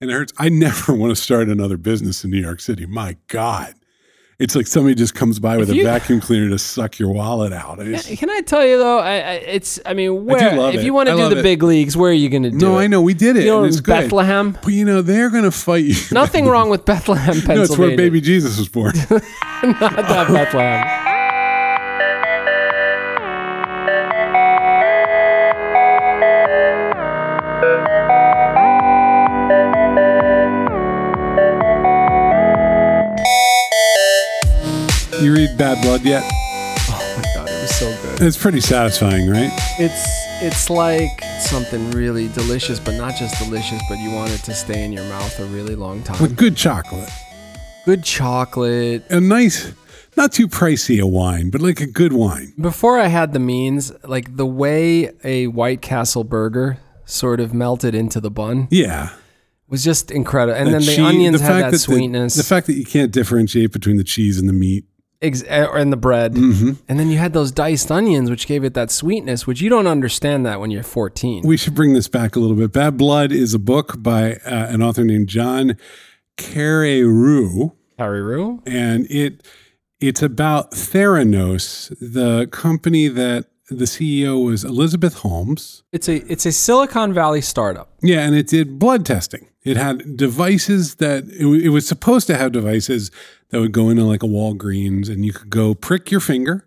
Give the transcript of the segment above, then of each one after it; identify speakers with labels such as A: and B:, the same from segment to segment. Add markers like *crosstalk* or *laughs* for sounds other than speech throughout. A: and it hurts. I never *laughs* want to start another business in New York City. My God. It's like somebody just comes by with
B: If you-
A: a vacuum cleaner to suck your wallet out. It's-
B: Can, can I tell you though? I, I it's. I mean, where
A: love
B: if
A: it.
B: you want
A: I
B: to do
A: love
B: the
A: it.
B: big leagues, where are you going to do it?
A: no, I know. We did it.
B: You know,
A: and
B: in
A: it's good.
B: Bethlehem.
A: But you know, they're going to fight you. *laughs*
B: Nothing wrong with Bethlehem, Pennsylvania.
A: no, it's where
C: *laughs*
A: baby Jesus was born.
B: Not that
A: *laughs*
B: Bethlehem.
A: you read Bad Blood yet?
C: Oh my god, it was so good.
A: It's pretty satisfying, right?
C: It's it's like something really delicious, but not just delicious, but you want it to stay in your mouth a really long time.
A: With good chocolate.
C: Good chocolate.
A: A nice, not too pricey a wine, but like a good wine.
C: Before I had the means, like the way a White Castle burger sort of melted into the bun
A: Yeah.
C: was just incredible. And
A: That
C: then the
A: chee-
C: onions had that,
A: the-
C: sweetness.
A: The, fact that you can't differentiate between the cheese and the meat.
C: ex- or in the bread.
A: Mm-hmm.
C: And then you had those diced onions, which gave it that sweetness, which you don't understand that when you're 14.
A: We should bring this back a little bit. Bad Blood is a book by uh, an author named John Carreyrou,
C: Hariru?
A: and it it's about Theranos, the company that the CEO was Elizabeth Holmes.
C: It's a it's a Silicon Valley startup.
A: Yeah, and it did blood testing. It had devices that it, wa- it was supposed to have devices that would go into like a Walgreens and you could go prick your finger,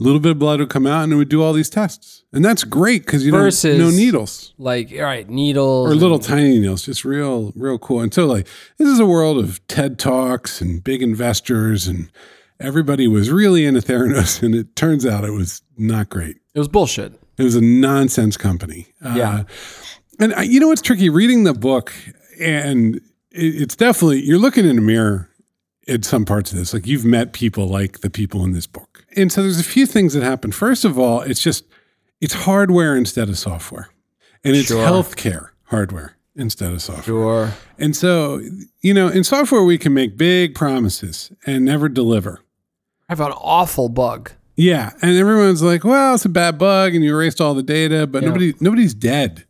A: a little bit of blood would come out, and it would do all these tests. And that's great because you
C: Versus-
A: don't no needles
C: Like, all right, needles.
A: or little
C: and-
A: tiny needles, just real, real cool. And so, like, this is a world of TED Talks and big investors, and everybody was really into Theranos, *laughs* and it turns out it was not great.
C: it was bullshit.
A: It was a nonsense company. Uh,
C: Yeah.
A: And I, you know what's tricky? Reading the book, and it, it's definitely, you're looking in a mirror at some parts of this. Like you've met people like the people in this book. And so there's a few things that happen. First of all, it's just, it's hardware instead of software, and it's
C: Sure.
A: healthcare hardware instead of software.
C: Sure.
A: And so, you know, in software, we can make big promises and never deliver.
C: I have an awful bug.
A: Yeah, and everyone's like, "Well, it's a bad bug, and you erased all the data," but
C: Yeah.
A: nobody, nobody's
C: *laughs*
A: dead.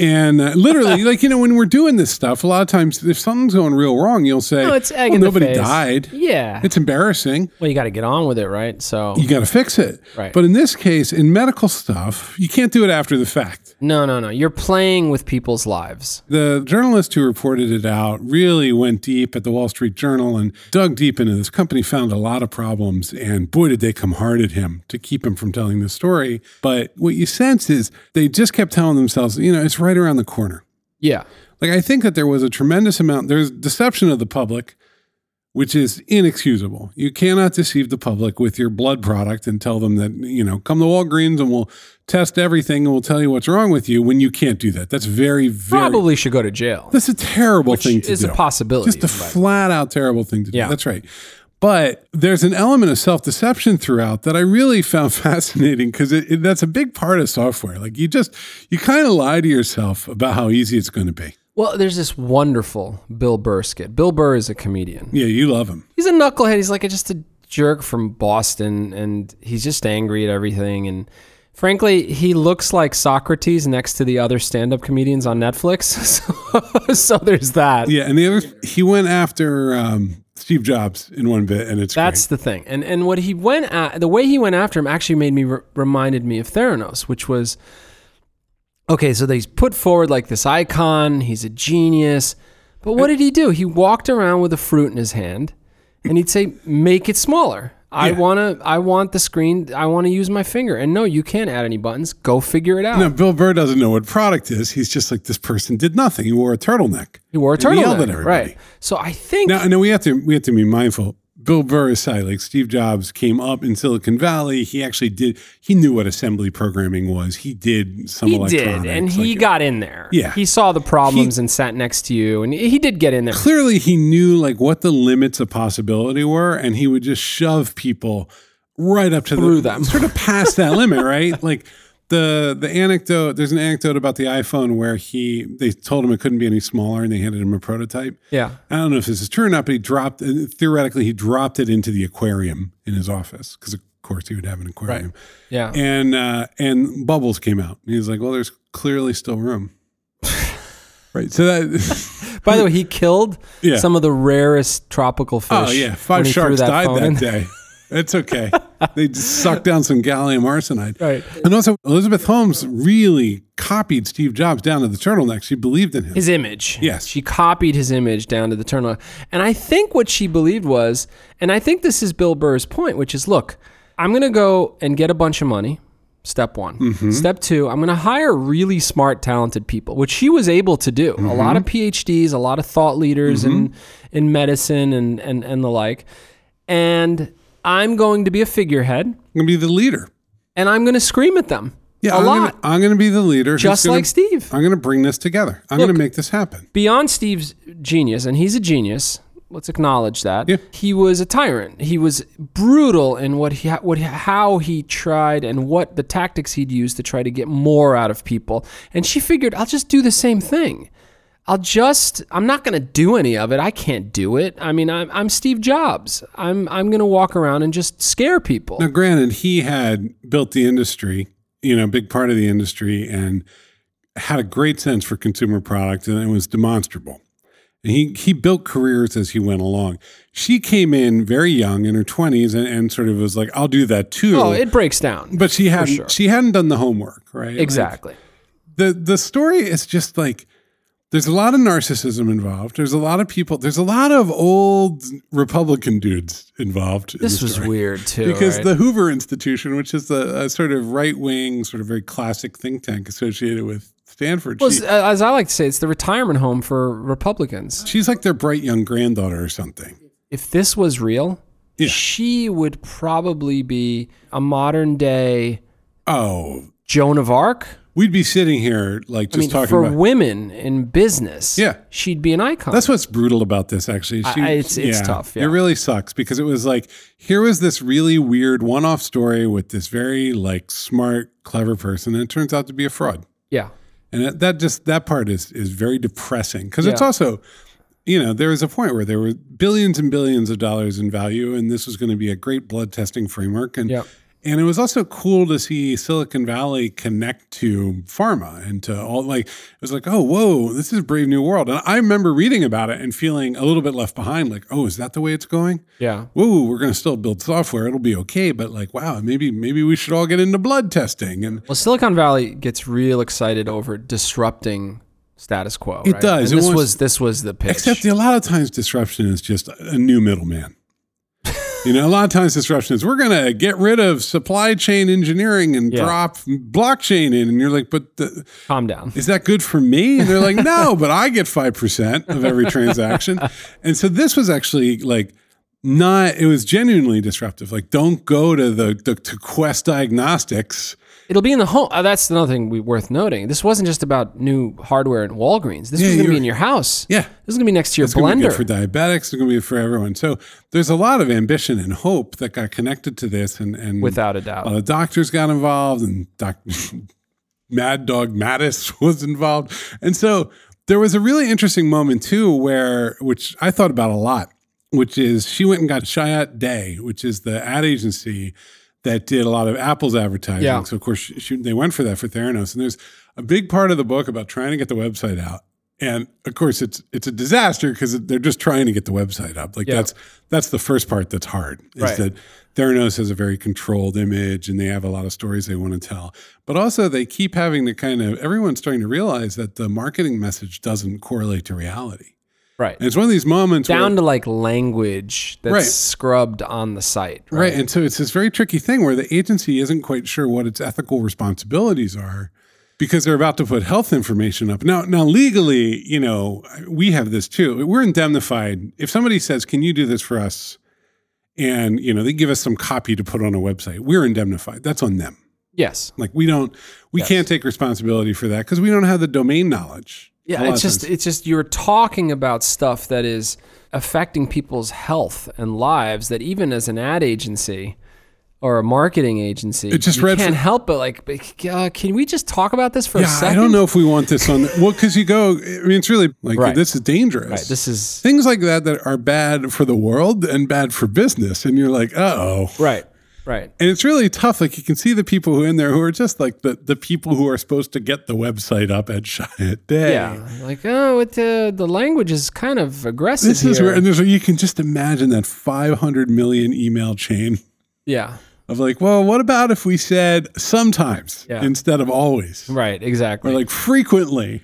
A: and uh, literally, like you know, when we're doing this stuff, a lot of times if something's going real wrong, you'll say,
B: No, Oh, it's egg
A: "Well,
B: in the
A: nobody
B: face."
A: died."
C: Yeah.
A: It's embarrassing.
C: well, you got to get on with it, right? So
A: You got to fix it.
C: Right.
A: But in this case, in medical stuff, you can't do it after the fact.
C: no, no, no. You're playing with people's lives.
A: The journalist who reported it out really went deep at the Wall Street Journal and dug deep into this company, found a lot of problems, and boy, did they come hard at him to keep him from telling the story. But what you sense is they just kept telling themselves, you know, it's right around the corner.
C: Yeah.
A: Like, I think that there was a tremendous amount, there's deception of the public, which is inexcusable. You cannot deceive the public with your blood product and tell them that, you know, come to Walgreens and we'll test everything and we'll tell you what's wrong with you when you can't do that. That's very, very
C: Probably should go to jail.
A: that's a terrible thing to
C: Is
A: do.
C: a possibility.
A: Just a
C: but-
A: flat out terrible thing to do.
C: Yeah.
A: That's right. But there's an element of self deception throughout that I really found *laughs* fascinating because it, it- that's a big part of software. Like you just, you kind of lie to yourself about how easy it's going to be.
C: Well, there's this wonderful Bill Burr skit. Bill Burr is a comedian.
A: Yeah, you love him.
C: He's a knucklehead. He's like a, just a jerk from Boston, and he's just angry at everything. And frankly, he looks like Socrates next to the other stand-up comedians on Netflix. *laughs* So, so there's that.
A: Yeah. And the other, he went after um, Steve Jobs in one bit and it's
C: That's the thing. And and what he went at, the way he went after him actually made me re- reminded me of Theranos, which was okay. So they put forward like this icon. He's a genius, but what did he do? He walked around with a fruit in his hand, and he'd say, "Make it smaller." I
A: Yeah.
C: wanna, I want the screen. I want to use my finger. And no, you can't add any buttons. Go figure it out.
A: great. Now, Bill Burr doesn't know what product is. He's just like, this person did nothing. He wore a turtleneck.
C: He wore a
A: And he yelled at
C: turtleneck,
A: everybody.
C: right? So I think
A: Now, now we have to we have to be mindful. Bill Burr aside, like Steve Jobs came up in Silicon Valley. He actually did. He knew what assembly programming was. He did some
C: he
A: electronics.
C: did, and he
A: like,
C: got in there.
A: Yeah.
C: he saw the problems and sat next to you, and he did get
A: *sighs*
C: in there.
A: clearly he knew like what the limits of possibility were, and he would just shove people right up to
C: Through
A: the, *laughs*
C: them.
A: sort of past that limit, right? Like the the anecdote. There's an anecdote about the iPhone where he they told him it couldn't be any smaller, and they handed him a prototype.
C: Yeah.
A: I don't know if this is true or not, but he dropped uh, theoretically he dropped it into the aquarium in his office because of course he would have an aquarium.
C: Yeah.
A: And uh, and bubbles came out. And he was like, "Well, there's clearly still room." right. So that
D: By the way, he killed
A: Yeah.
D: some of the rarest tropical fish.
A: *laughs* Oh yeah, five
D: when he threw
A: sharks died
D: phone
A: that
D: in.
A: day. It's okay. they just sucked down some gallium arsenide.
D: Right.
A: And also, Elizabeth Holmes really copied Steve Jobs down to the turtleneck. She believed in him.
C: His image.
A: Yes.
C: She copied his image down to the turn. And I think what she believed was, and I think this is Bill Burr's point, which is look, I'm going to go and get a bunch of money. Step one.
A: Mm-hmm.
C: Step two, I'm going to hire really smart, talented people, which she was able to do. A
A: Mm-hmm.
C: lot of PhDs, a lot of thought leaders in, in medicine and, and, and the like. And I'm going to be a figurehead
A: I'm gonna be the leader.
C: and I'm going to scream at them
A: Yeah,
C: a
A: I'm
C: lot,
A: Gonna, I'm gonna be the leader. who's
C: just
A: gonna-
C: like Steve.
A: I'm gonna bring this together. I'm gonna make this happen.
C: beyond Steve's genius, and he's a genius. Let's acknowledge that
A: Yeah.
C: he was a tyrant. He was brutal in what he what how he tried and what the tactics he'd used to try to get more out of people. And she figured, I'll just do the same thing. I'll just I'm not going to do any of it. I can't do it. I mean, I'm I'm Steve Jobs. I'm I'm going to walk around and just scare people.
A: Now, granted, he had built the industry, you know, a big part of the industry, and had a great sense for consumer product, and it was demonstrable. And he he built careers as he went along. She came in very young, in her twenties, and, and sort of was like, "I'll do that too."
C: Oh, it breaks down.
A: but she hadn't she hadn't done the homework, right? Like,
C: Exactly.
A: the the story is just like there's a lot of narcissism involved. There's a lot of people. There's a lot of old Republican dudes involved. in
C: This
A: the
C: was
A: story.
C: weird too.
A: because
C: right?
A: the Hoover Institution, which is a, a sort of right wing, sort of very classic think tank associated with Stanford,
C: Well,
A: she-
C: it's- uh, as I like to say, it's the retirement home for Republicans.
A: she's like their bright young granddaughter or something.
C: if this was real,
A: Yeah.
C: she would probably be a modern day
A: Oh,
C: Joan of Arc.
A: we'd be sitting here like
C: I
A: just
C: mean,
A: talking
C: for
A: about.
C: women in business,
A: Yeah.
C: she'd be an icon.
A: That's what's brutal about this, actually.
C: I- I- it's- it's tough, yeah.
A: It really sucks because it was like here was this really weird one-off story with this very like smart, clever person, and it turns out to be a fraud.
C: yeah,
A: And that, that just that part is is very depressing because it's
C: Yeah.
A: also, you know, there was a point where there were billions and billions of dollars in value, and this was going to be a great blood testing framework, and
C: Yep.
A: and it was also cool to see Silicon Valley connect to pharma and to all like it was like oh whoa this is brave new world, and I remember reading about it and feeling a little bit left behind, like oh is that the way it's going?
C: yeah.
A: whoa, we're going to still build software, it'll be okay, but like wow maybe maybe we should all get into blood testing and
C: Well, Silicon Valley gets real excited over disrupting status quo.
A: It
C: right?
A: does.
C: And
A: It
C: this
A: wants-
C: was this was the pitch.
A: Except a lot of times disruption is just a new middleman. you know, a lot of times disruption is we're going to get rid of supply chain engineering and
C: Yeah.
A: drop blockchain in. And you're like, but the,
C: *laughs* Calm down.
A: is that good for me? And they're like, no, but I get 5% of every transaction. And so this was actually like, not it was genuinely disruptive like don't go to the, the to quest diagnostics
C: It'll be in the home. Uh, that's another thing we, worth noting. This wasn't just about new hardware and Walgreens. This was going to
A: you're-
C: be in your house.
A: yeah
C: This is going to be next to your
A: It's going to be
C: blender.
A: good for diabetics. It's going to be for everyone. So there's a lot of ambition and hope that got connected to this, and and
C: Without a doubt.
A: a lot of Uh, doctors got involved, and doc, *laughs* Mad Dog Mattis *laughs* was involved, and so there was a really interesting moment too, where which I thought about a lot, which is she went and got Chiat Day, which is the ad agency that did a lot of Apple's advertising.
C: Yeah.
A: So of course she, she, they went for that for Theranos, and there's a big part of the book about trying to get the website out. And of course, it's it's a disaster because they're just trying to get the website up. Like that's that's the first part that's hard. Is
C: Right.
A: that Theranos has a very controlled image, and they have a lot of stories they want to tell. But also, they keep having to kind of everyone's starting to realize that the marketing message doesn't correlate to reality.
C: right.
A: And it's one of these moments where,
C: down to like language that's
A: Right.
C: scrubbed on the site.
A: Right. And so it's this very tricky thing where the agency isn't quite sure what its ethical responsibilities are because they're about to put health information up. Now, now legally, you know, we have this too. We're indemnified. If somebody says, "Can you do this for us?" and, you know, they give us some copy to put on a website, we're indemnified. That's on them.
C: Yes.
A: Like we don't we can't take responsibility for that because we don't have the domain knowledge. A
C: Yeah.
A: lot
C: It's
A: of
C: just
A: times.
C: it's just you're talking about stuff that is affecting people's health and lives that even as an ad agency or a marketing agency,
A: It just
C: you
A: read
C: can't
A: for-
C: help but like, but, uh, can we just talk about this for a
A: yeah,
C: second?
A: I don't know if we want this on. Well, because you go, I mean, it's really like
C: Right.
A: this is dangerous.
C: Right, this is
A: things like that that are bad for the world and bad for business and you're like uh-oh
C: right. Right.
A: And it's really tough. Like you can see the people who are in there who are just like the, the people who are supposed to get the website up at *laughs* Shia Day.
C: Yeah. Like, oh, it, uh, the language is kind of aggressive.
A: This is
C: here.
A: where, and there's, you can just imagine that 500 million email chain
C: yeah.
A: of like, well, what about if we said sometimes
C: Yeah.
A: instead of always?
C: Right. Exactly.
A: Or like frequently.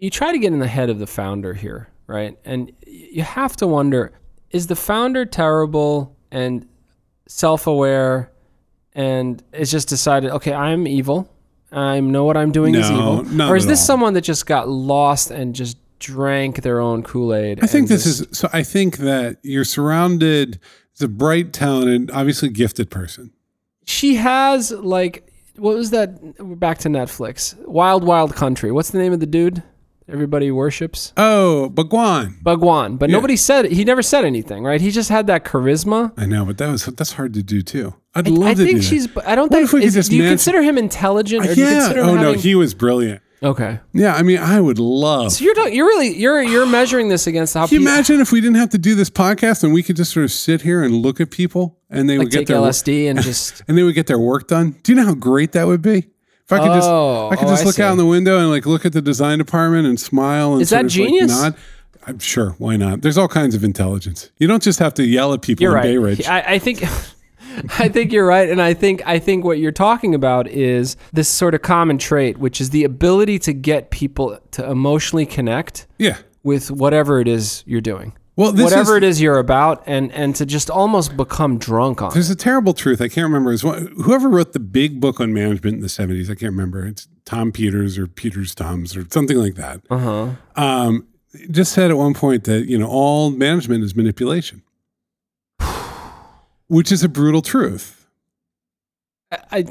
C: you try to get in the head of the founder here, right? And y- you have to wonder is the founder terrible and self aware and has just decided, okay, I'm evil. I know what I'm doing is
A: No,
C: evil.
A: not
C: or is
A: at
C: this
A: all.
C: someone that just got lost and just drank their own Kool Aid?
A: I think this is so. I think that you're surrounded. It's a bright, talented, obviously gifted person.
C: She has, like, what was that? We're back to Netflix. Wild, Wild Country. What's the name of the dude everybody worships?
A: Oh, Baguan.
C: Bhagwan. But nobody said, he never said anything, right? He just had that charisma.
A: I know, but that was that's hard to do too. I'd love
C: I
A: to
C: think
A: do
C: she's.
A: That.
C: I don't
A: What
C: think.
A: if we could
C: is-
A: just
C: do you
A: match-
C: consider him intelligent? Or do you
A: yeah.
C: consider
A: Oh
C: him
A: no,
C: having-
A: he was brilliant.
C: Okay.
A: Yeah. I mean, I would love.
C: So you're not, you're really
A: *sighs*
C: you're you're measuring this against how
A: Can you
C: people
A: imagine if we didn't have to do this podcast and we could just sort of sit here and look at people and they
C: like
A: would get
C: take
A: their
C: LSD and
A: *laughs*
C: just
A: and they would get their work done. Do you know how great that would be? If I could just,
C: Oh,
A: I could
C: oh,
A: just
C: I
A: look
C: see.
A: out in the window and like look at the design department and smile and
C: Is that
A: sort of, like,
C: genius?
A: nod. I'm sure. Why not? There's all kinds of intelligence. You don't just have to yell at people
C: you're
A: in
C: right.
A: Bay Ridge.
C: I, I think. *laughs* I think you're right, and I think I think what you're talking about is this sort of common trait, which is the ability to get people to emotionally connect
A: yeah.
C: with whatever it is you're doing,
A: Well, this
C: whatever
A: is,
C: it is you're about, and and to just almost become drunk on. it.
A: There's a terrible truth. I can't remember. Is whoever wrote the big book on management in the 70s? I can't remember. It's Tom Peters or Peters Tom's or something like that. Uh huh. Um, just said at one point that you know all management is manipulation, which is a brutal truth.
C: I,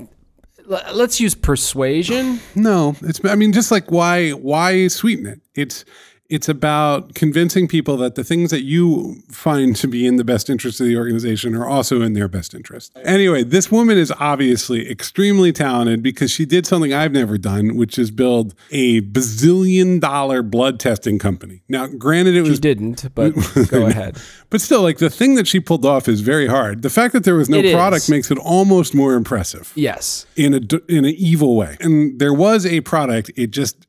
C: l- let's use persuasion.
A: No, it's. I mean, just like why why sweeten it? It's it's about convincing people that the things that you find to be in the best interest of the organization are also in their best interest. Anyway, this woman is obviously extremely talented because she did something I've never done, which is build a bazillion dollar blood testing company. Now, granted, it
C: You
A: was.
C: didn't,
A: *laughs*
C: but go ahead.
A: But still, like the thing that she pulled off is very hard. The fact that there was no
C: It
A: product
C: is.
A: makes it almost more impressive
C: Yes.
A: in a d- in an evil way. And there was a product; it just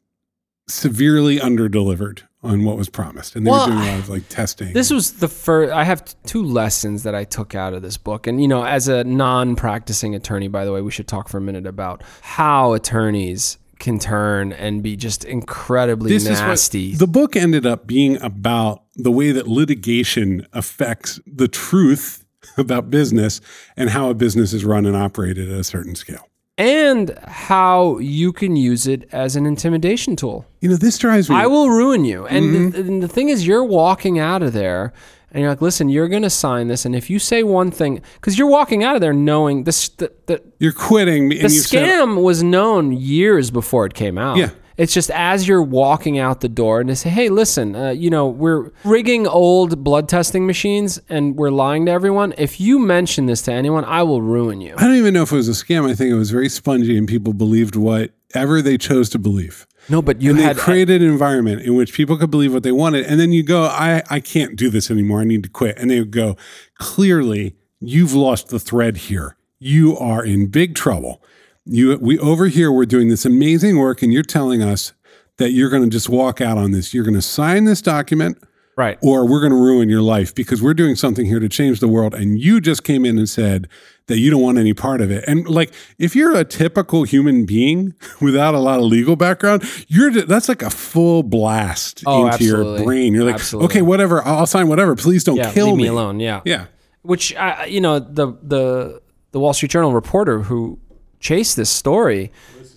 A: severely underdelivered on what was promised, and they
C: Well,
A: were doing a lot of like testing.
C: This was the first. I have t- two lessons that I took out of this book, and you know, as a non-practicing attorney, by the way, we should talk for a minute about how attorneys can turn and be just incredibly
A: This is what-
C: nasty.
A: the book ended up being about the way that litigation affects the truth about business and how a business is run and operated at a certain scale.
C: and how you can use it as an intimidation tool.
A: You know, this drives me.
C: I will ruin you. And, the,
A: Mm-hmm.
C: and the thing is, you're walking out of there and you're like, listen, you're going to sign this. And if you say one thing, because you're walking out of there knowing this, the, the,
A: you're quitting, and
C: the
A: you said-
C: scam was known years before it came out.
A: Yeah.
C: It's just as you're walking out the door and they say, hey, listen, uh, you know, we're rigging old blood testing machines and we're lying to everyone. If you mention this to anyone, I will ruin you.
A: I don't even know if it was a scam. I think it was very spongy, and people believed whatever they chose to believe.
C: No, but you
A: and
C: had uh,
A: they created an environment in which people could believe what they wanted and then you go i i can't do this anymore i need to quit and they would go clearly you've lost the thread here you are in big trouble you we over here we're doing this amazing work and you're telling us that you're going to just walk out on this you're going to sign this document
C: right.
A: or we're going to ruin your life because we're doing something here to change the world and you just came in and said that you don't want any part of it and like if you're a typical human being *laughs* without a lot of legal background you're that's like a full blast
C: Oh,
A: into
C: absolutely.
A: your brain you're like
C: Absolutely.
A: okay whatever i'll I'll sign whatever please don't
C: Yeah,
A: kill
C: leave me, alone.
A: yeah
C: which I, you know the the the Wall Street Journal reporter who chased this story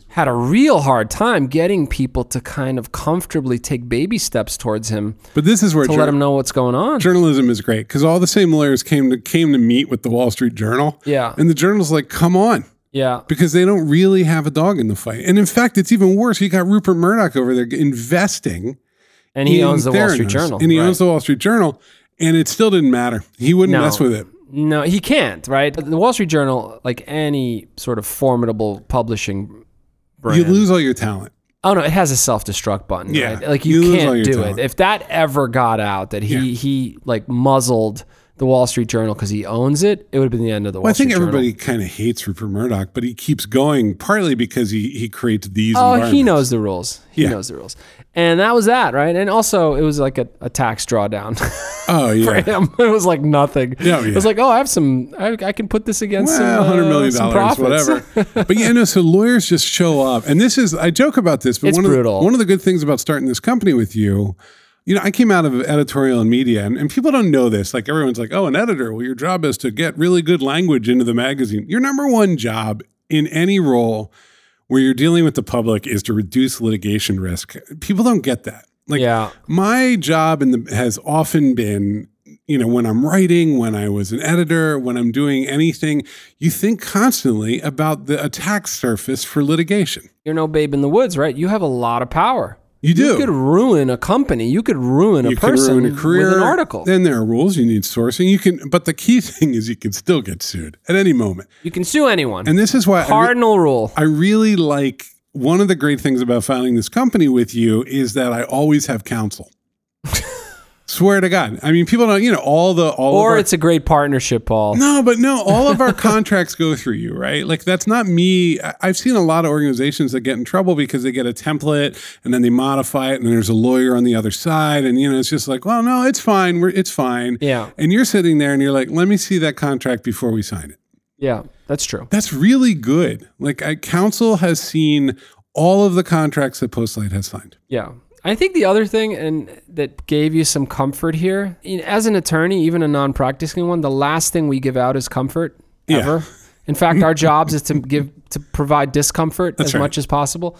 C: had a real hard time getting people to kind of comfortably take baby steps towards him
A: but this is where
C: to
A: jour-
C: let him know what's going on.
A: journalism is great because all the same lawyers came to came to meet with the wall street journal
C: Yeah.
A: and the journal's like come on
C: Yeah.
A: because they don't really have a dog in the fight. And in fact, it's even worse. You got Rupert Murdoch over there investing.
C: And he
A: in
C: owns the Wall Street
A: Theranos,
C: Journal.
A: And he
C: right.
A: owns the Wall Street Journal. And it still didn't matter. He wouldn't
C: No.
A: mess with it.
C: No, he can't, right? The Wall Street Journal, like any sort of formidable publishing brand.
A: You lose all your talent.
C: Oh no, it has a self-destruct button.
A: Yeah.
C: right? like
A: You
C: you,
A: lose all
C: can't
A: your
C: do
A: talent.
C: it. If that ever got out that he he like muzzled the Wall Street Journal because he owns it, it would have been the end of the Wall
A: Well, I think
C: Street Journal.
A: everybody kind of hates Rupert Murdoch, but he keeps going partly because he, he creates these.
C: Oh,
A: environments.
C: he knows the rules. He
A: Yeah.
C: knows the rules. And that was that, right? And also, it was like a, a tax drawdown. *laughs*
A: Oh, yeah.
C: Him. it was like nothing.
A: Yeah, yeah.
C: It was like, oh, I have some, I, I can put this
A: Well,
C: against some, uh,
A: hundred million
C: some
A: dollars,
C: profits.
A: whatever. but yeah, no. So lawyers just show up, and this is I joke about this, but
C: It's
A: one of
C: brutal.
A: the, one of the good things about starting this company with you, you know, I came out of editorial and media, and, and people don't know this. Like everyone's like, oh, an editor. Well, your job is to get really good language into the magazine. Your number one job in any role where you're dealing with the public is to reduce litigation risk. People don't get that. Like
C: *laughs* Yeah.
A: my job in the, has often been you know when i'm writing when i was an editor when i'm doing anything you think constantly about the attack surface for litigation
C: You're no babe in the woods, right? You have a lot of power.
A: you do
C: You could ruin a company. You could ruin a
A: You can
C: person
A: ruin a career
C: with an article.
A: then there are rules you need sourcing you can but the key *laughs* thing is you can still get sued at any moment
C: you can sue anyone.
A: and this is why I re-
C: Cardinal rule.
A: I really like one of the great things about founding this company with you is that I always have counsel
C: *laughs*
A: swear to god i mean people don't you know all the all of
C: Or
A: our-
C: it's a great partnership, Paul.
A: No, but no, all of our *laughs* contracts go through you, right? Like that's not me. I- I've seen a lot of organizations that get in trouble because they get a template and then they modify it, and then there's a lawyer on the other side, and you know it's just like, well, no, it's fine, we're it's fine.
C: Yeah.
A: And you're sitting there and you're like, let me see that contract before we sign it.
C: Yeah, that's true.
A: That's really good. Like I, council has seen all of the contracts that Postlight has signed.
C: Yeah. I think the other thing and that gave you some comfort here, you know, as an attorney, even a non-practicing one, the last thing we give out is comfort
A: Yeah.
C: ever. In fact, our jobs is to *laughs* give to provide discomfort as
A: right.
C: much as possible.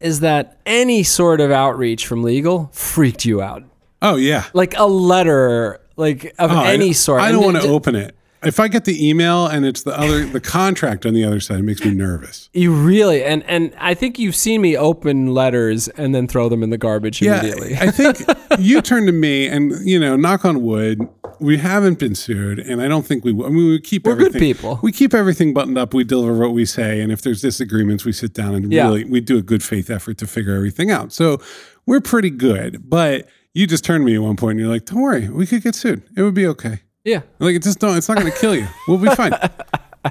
C: Is that any sort of outreach from legal freaked you out?
A: Oh yeah.
C: Like a letter, like of
A: Oh, I
C: any
A: don't-
C: sort.
A: I
C: And
A: don't want
C: it-
A: to open it. If I get the email and it's the other the contract on the other side, it makes me nervous.
C: You really and and I think you've seen me open letters and then throw them in the garbage immediately.
A: I
C: *laughs*
A: think you turned to me, and you know, knock on wood, we haven't been sued, and I don't think we. will. I mean, we keep we're
C: good people.
A: We keep everything buttoned up. We deliver what we say, and if there's disagreements, we sit down and
C: Yeah.
A: really we do a good faith effort to figure everything out. So we're pretty good, but. You just turned to me at one point and you're like, don't worry, we could get sued. It would be okay.
C: Yeah.
A: Like, it just don't, it's not going to kill you. We'll be fine.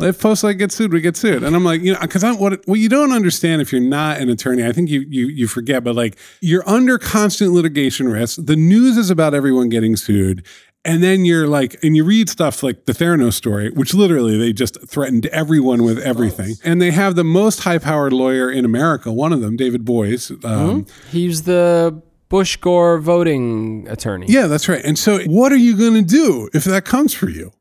A: if Postlight gets sued, we get sued. And I'm like, you know, because I'm what, what you don't understand if you're not an attorney, I think you, you, you forget, but like you're under constant litigation risk. The news is about everyone getting sued. And then you're like, and you read stuff like the Theranos story, which literally they just threatened everyone with everything. And they have the most high powered lawyer in America, one of them, David Boyce. Um,
C: He's the Bush Gore voting attorney.
A: Yeah, that's right. And so what are you going to do if that comes for you?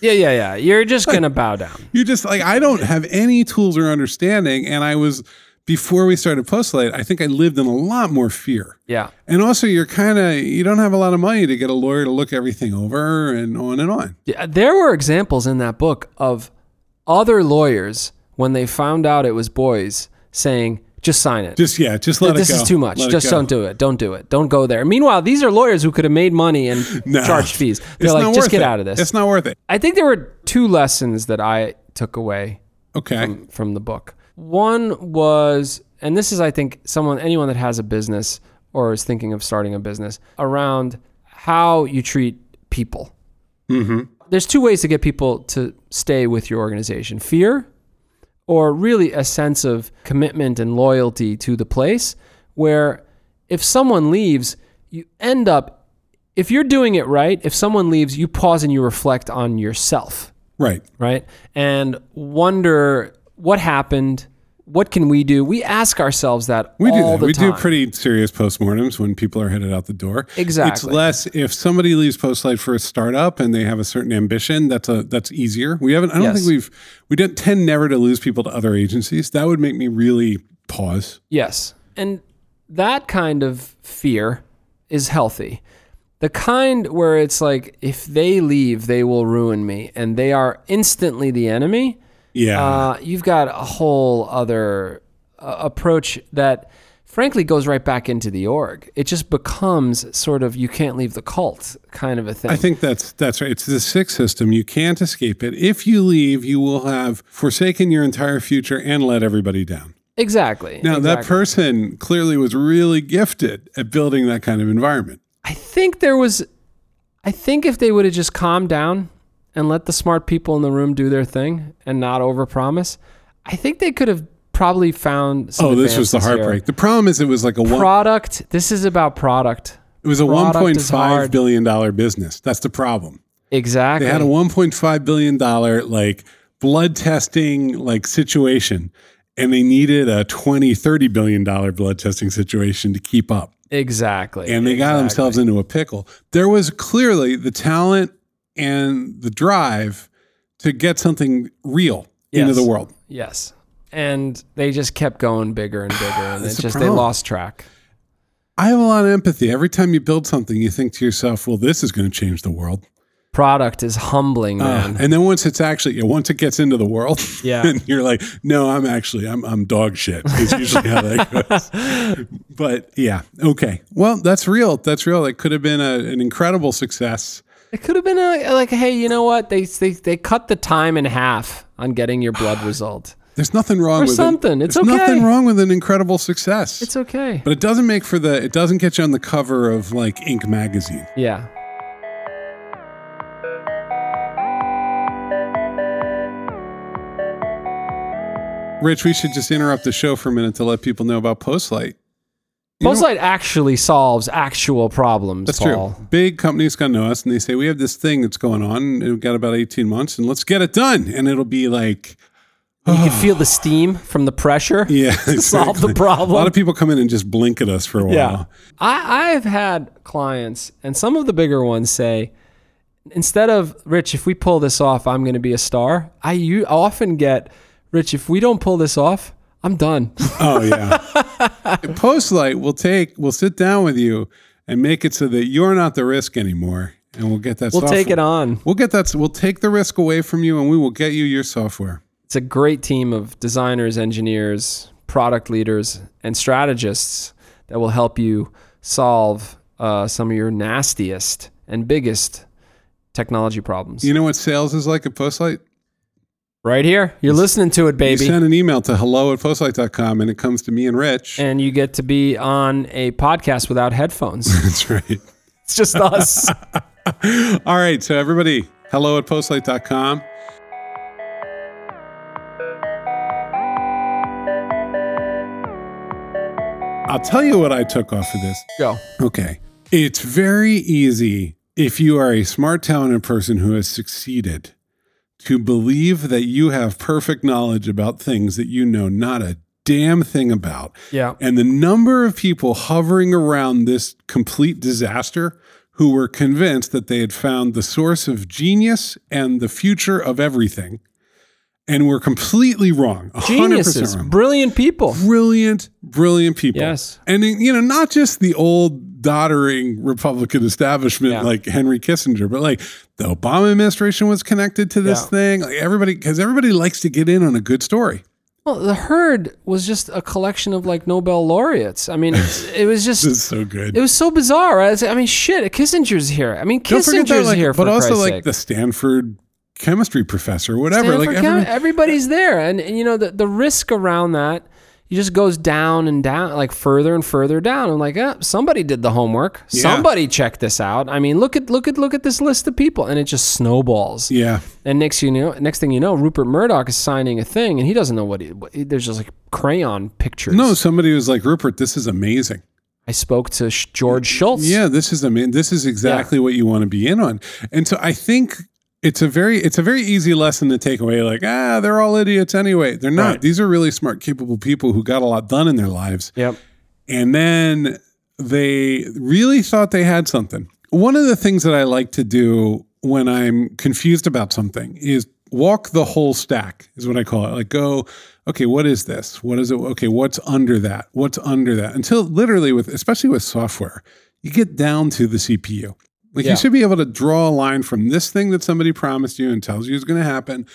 C: Yeah, yeah, yeah. You're just gonna bow down.
A: You're just like, I don't have any tools or understanding. And I was, before we started Postlight, I think I lived in a lot more fear.
C: Yeah.
A: And also, you're kind of, you don't have a lot of money to get a lawyer to look everything over and on and on.
C: yeah. There were examples in that book of other lawyers when they found out it was boys saying, "Just sign it.
A: Just, yeah, just let
C: this
A: it go.
C: is too much.
A: Let it
C: Just
A: go.
C: don't do it. Don't do it. Don't go there." Meanwhile, these are lawyers who could have made money and
A: *laughs* No.
C: charged fees. They're
A: It's
C: like,
A: not
C: "Just
A: worth
C: get
A: it.
C: out of this."
A: It's not worth it.
C: I think there were two lessons that I took away
A: Okay.
C: from the book. One was, and this is, I think, someone, anyone that has a business or is thinking of starting a business around how you treat people. There's two ways to get people to stay with your organization fear, or really a sense of commitment and loyalty to the place. Where if someone leaves, you end up, if you're doing it right, if someone leaves, you pause and you reflect on yourself
A: right.
C: right? And wonder what happened. What can we do? We ask ourselves that
A: We do
C: all
A: that.
C: the
A: We
C: time.
A: do pretty serious postmortems when people are headed out the door. It's
C: Exactly.
A: less if somebody leaves Postlight for a startup and they have a certain ambition. That's a that's easier. We haven't. I don't
C: Yes.
A: think we've we don't tend never to lose people to other agencies. That would make me really pause.
C: Yes. And that kind of fear is healthy. The kind where it's like, if they leave, they will ruin me, and they are instantly the enemy.
A: Yeah.
C: Uh, you've got a whole other uh, approach that, frankly, goes right back into the org. It just becomes sort of you can't leave the cult kind of a thing.
A: I think that's that's right. It's the six system. You can't escape it. If you leave, you will have forsaken your entire future and let everybody down.
C: exactly.
A: Now that
C: exactly.
A: person clearly was really gifted at building that kind of environment.
C: I think there was I think if they would have just calmed down and let the smart people in the room do their thing and not overpromise, I think they could have probably found. Some
A: Oh, this was the
C: advances here.
A: heartbreak. The problem is it was like a one,
C: Product. This is about product.
A: it was a one
C: product
A: point
C: is hard.
A: five billion dollar business. That's the problem.
C: Exactly.
A: They had a one point five billion dollar like blood testing like situation, and they needed a 20 30 billion dollar blood testing situation to keep up.
C: exactly.
A: and they got themselves into a pickle. There was clearly the talent and the drive to get something real into
C: Yes.
A: the world.
C: Yes. And they just kept going bigger and bigger,
A: *sighs*
C: and
A: That's
C: it's
A: the
C: just they
A: problem.
C: lost track.
A: I have a lot of empathy. Every time you build something, you think to yourself, "Well, this is going to change the world."
C: Product is humbling,
A: Uh,
C: man.
A: and then once it's actually, yeah, once it gets into the world, *laughs*
C: Yeah.
A: and you're like, "No, I'm actually, I'm, I'm dog shit." *laughs* Is usually how that goes. But yeah, okay. Well, that's real. That's real. It could have been a, an incredible success.
C: it could have been a, like, hey, you know what? They, they they cut the time in half on getting
A: *sighs*
C: your blood result.
A: There's nothing wrong with an-
C: something. It's
A: there's nothing
C: okay.
A: wrong with an incredible success.
C: It's okay.
A: But it doesn't make for the. It doesn't get you on the cover of like Inc. magazine.
C: Yeah.
A: Rich, we should just interrupt the show for a minute to let people know about Postlight. You know-
C: Postlight actually solves actual problems,
A: That's
C: Paul.
A: true. Big companies come to us and they say we have this thing that's going on. and We've got about eighteen months, and let's get it done. And it'll be like,
C: You can feel the steam from the pressure.
A: *laughs* yeah,
C: Solve the
A: exactly.
C: problem.
A: A lot of people come in and just blink at us for a while.
C: I, I've had clients, and some of the bigger ones say, instead of Rich, if we pull this off, I'm going to be a star. I you often get Rich, if we don't pull this off, I'm done.
A: Oh
C: *laughs*
A: yeah. Postlight will take. We'll sit down with you and make it so that you're not the risk anymore, and we'll get that.
C: we'll take
A: software-
C: it on.
A: We'll get that. We'll take the risk away from you, and we will get you your software.
C: It's a great team of designers, engineers, product leaders, and strategists that will help you solve uh, some of your nastiest and biggest technology problems.
A: You know what sales is like at Postlight?
C: right here, you're listening to it,
A: You
C: baby.
A: send an email to hello at postlight.com, and it comes to me and Rich.
C: and you get to be on a podcast without headphones.
A: *laughs* *laughs* That's right.
C: It's just us.
A: All right. So everybody, hello at postlight.com. I'll tell you what I took off of this.
C: Go.
A: Okay. It's very easy if you are a smart, talented person who has succeeded to believe that you have perfect knowledge about things that you know not a damn thing about.
C: Yeah.
A: And the number of people hovering around this complete disaster who were convinced that they had found the source of genius and the future of everything and were completely wrong. 100%
C: Geniuses,
A: wrong
C: brilliant people.
A: brilliant, brilliant people.
C: Yes.
A: And, you know, not just the old doddering Republican establishment
C: Yeah.
A: like Henry Kissinger, but like the Obama administration was connected to this
C: Yeah.
A: thing. Like everybody, because everybody likes to get in on a good story.
C: Well, the herd was just a collection of like Nobel laureates.
A: *laughs*
C: I mean, it was
A: This is
C: just.
A: so good.
C: It was so bizarre. I, was- I mean, shit. Kissinger's here. I mean, Kissinger's
A: like,
C: here for
A: but also
C: Christ's
A: like
C: sake.
A: the Stanford chemistry professor, whatever.
C: Stanford
A: like
C: County,
A: everyone-
C: everybody's there, and, and, you know the the risk around that. It just goes down and down, like further and further down. I'm like, eh, somebody did the homework.
A: Yeah.
C: Somebody checked this out. I mean, look at look at look at this list of people, and it just snowballs.
A: yeah.
C: And next you know, next thing you know, Rupert Murdoch is signing a thing, and he doesn't know what. He, what he- there's just like crayon pictures.
A: No, somebody was like, Rupert, this is amazing.
C: I spoke to Sh- George Schultz.
A: Yeah, this is I mean, this is exactly what you want to be in on. And so I think it's a very it's a very easy lesson to take away like, ah, they're all idiots anyway. They're not.
C: Right.
A: These are really smart, capable people who got a lot done in their lives.
C: Yep.
A: And then they really thought they had something. One of the things that I like to do when I'm confused about something is walk the whole stack, is what I call it. Like, go, okay, what is this? What is it? Okay, what's under that? What's under that? Until literally, with especially with software, you get down to the CPU. Like,
C: Yeah.
A: you should be able to draw a line from this thing that somebody promised you and tells you is going to happen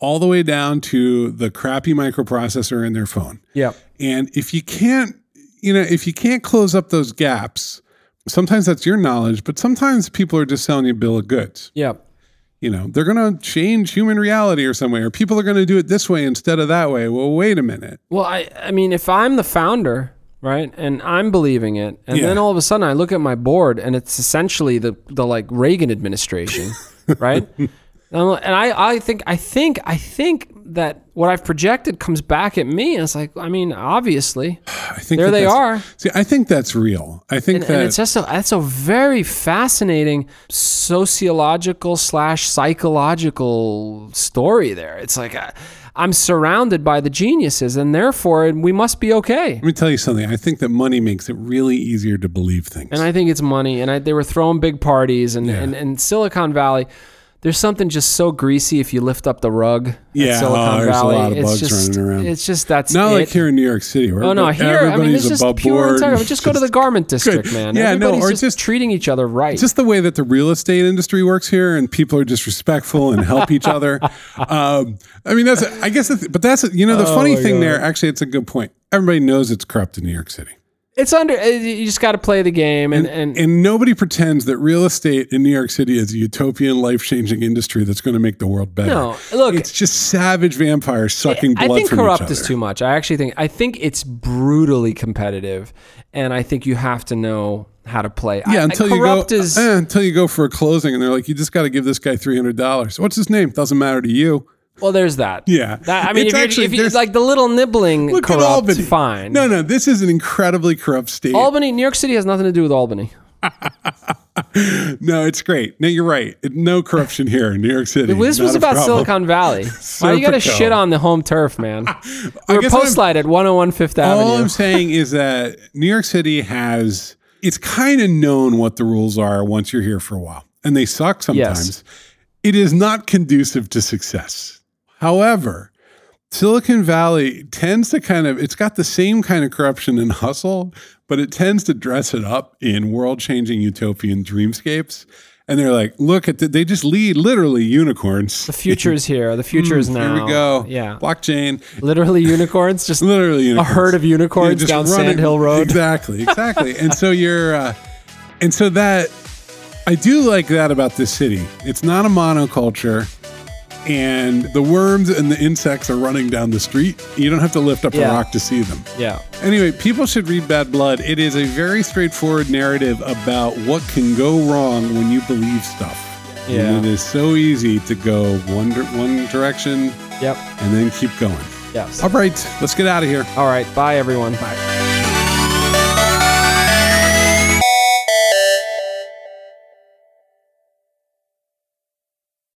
A: all the way down to the crappy microprocessor in their phone.
C: Yep.
A: And if you can't, you know, if you can't close up those gaps, sometimes that's your knowledge, but sometimes people are just selling you a bill of goods.
C: Yep.
A: You know, they're going to change human reality or some way, or people are going to do it this way instead of that way. Well, wait a minute.
C: Well, I I mean, if I'm the founder right? And I'm believing it. And
A: Yeah.
C: then all of a sudden I look at my board and it's essentially the the like Reagan administration, right? And, I'm like- and I, I think I think I think that what I've projected comes back at me. And it's like, I mean, obviously.
A: I think
C: There
A: that
C: they
A: that's-
C: are.
A: See, I think that's real. I think
C: And,
A: that
C: and it's just a, that's a very fascinating sociological slash psychological story there. It's like i I'm surrounded by the geniuses, and therefore we must be okay.
A: let me tell you something. I think that money makes it really easier to believe things.
C: And I think it's money. And I, they were throwing big parties, and, and and Silicon Valley. There's something just so greasy if you lift up the rug. at
A: Yeah,
C: Silicon
A: oh, there's a
C: Valley.
A: lot of
C: it's
A: bugs
C: just,
A: running around.
C: It's just that's
A: Not
C: it.
A: like here in New York City, where
C: Oh no! Here, I mean,
A: everybody's
C: it's just
A: above
C: pure
A: board.
C: integrity.
A: *laughs*
C: Just go to the garment district,
A: good.
C: man.
A: Yeah, no,
C: Everybody's
A: or
C: just,
A: just-
C: treating each other right.
A: just the way that the real estate industry works here, and people are disrespectful and help each
C: *laughs*
A: other. Um, I mean, that's I guess, that's- but that's you know
C: Oh
A: the funny thing there. Actually, it's a good point. Everybody knows it's corrupt in New York City,
C: it's under. uh, You just got to play the game, and, and,
A: and nobody pretends that real estate in New York City is a utopian, life changing industry that's going to make the world better.
C: No, look-
A: it's just savage vampires sucking
C: I
A: blood
C: think
A: from
C: corrupt
A: each other.
C: is too much. I actually think I think it's brutally competitive, and I think you have to know how to play. I-
A: Yeah,
C: I,
A: until you go
C: Uh, corrupt is
A: eh, until you go for a closing, and they're like, "You just got to give this guy three hundred dollars." What's his name? Doesn't matter to you.
C: Well, there's that.
A: Yeah.
C: That, I mean,
A: It's
C: if,
A: actually-
C: you're, if you
A: there's-
C: like the little nibbling
A: Look
C: corrupt,
A: at Albany.
C: fine.
A: No, no, this is an incredibly corrupt state.
C: Albany, New York City has nothing to do with Albany.
A: no, it's great. No, you're right. No corruption here in New York City.
C: This
A: Not
C: was
A: a
C: about
A: problem. *laughs*
C: Silicon Valley. Why you got to
A: Serpico.
C: shit on the home
A: *laughs*
C: turf, man? We're
A: guess what I'm-
C: post light at 101 Fifth
A: All
C: Avenue.
A: I'm saying is that New York City has it's kind of known what the rules are once you're here for a while, and they suck sometimes. It is not conducive to success. However, Silicon Valley tends to kind of it's got the same kind of corruption and hustle, but it tends to dress it up in world-changing utopian dreamscapes. And they're like, look at the, they just lead literally unicorns.
C: the future is here. The future is now.
A: Hmm, Here we go.
C: Yeah.
A: Blockchain.
C: Literally
A: *laughs*
C: unicorns. Just
A: Literally
C: a
A: unicorns.
C: herd of
A: Yeah,
C: unicorns
A: just
C: down
A: running-
C: Sand Hill Road.
A: Exactly, exactly. and so you're, uh, and so that, I do like that about this city. It's not a monoculture, and the worms and the insects are running down the street. You don't have to lift up a
C: Yeah.
A: rock to see them.
C: Yeah.
A: Anyway, people should read Bad Blood. It is a very straightforward narrative about what can go wrong when you believe stuff.
C: Yeah.
A: And it is so easy to go one, dir- one direction
C: Yep.
A: and then keep going.
C: Yes.
A: All right, let's get out of here.
C: All right. Bye, everyone. Bye.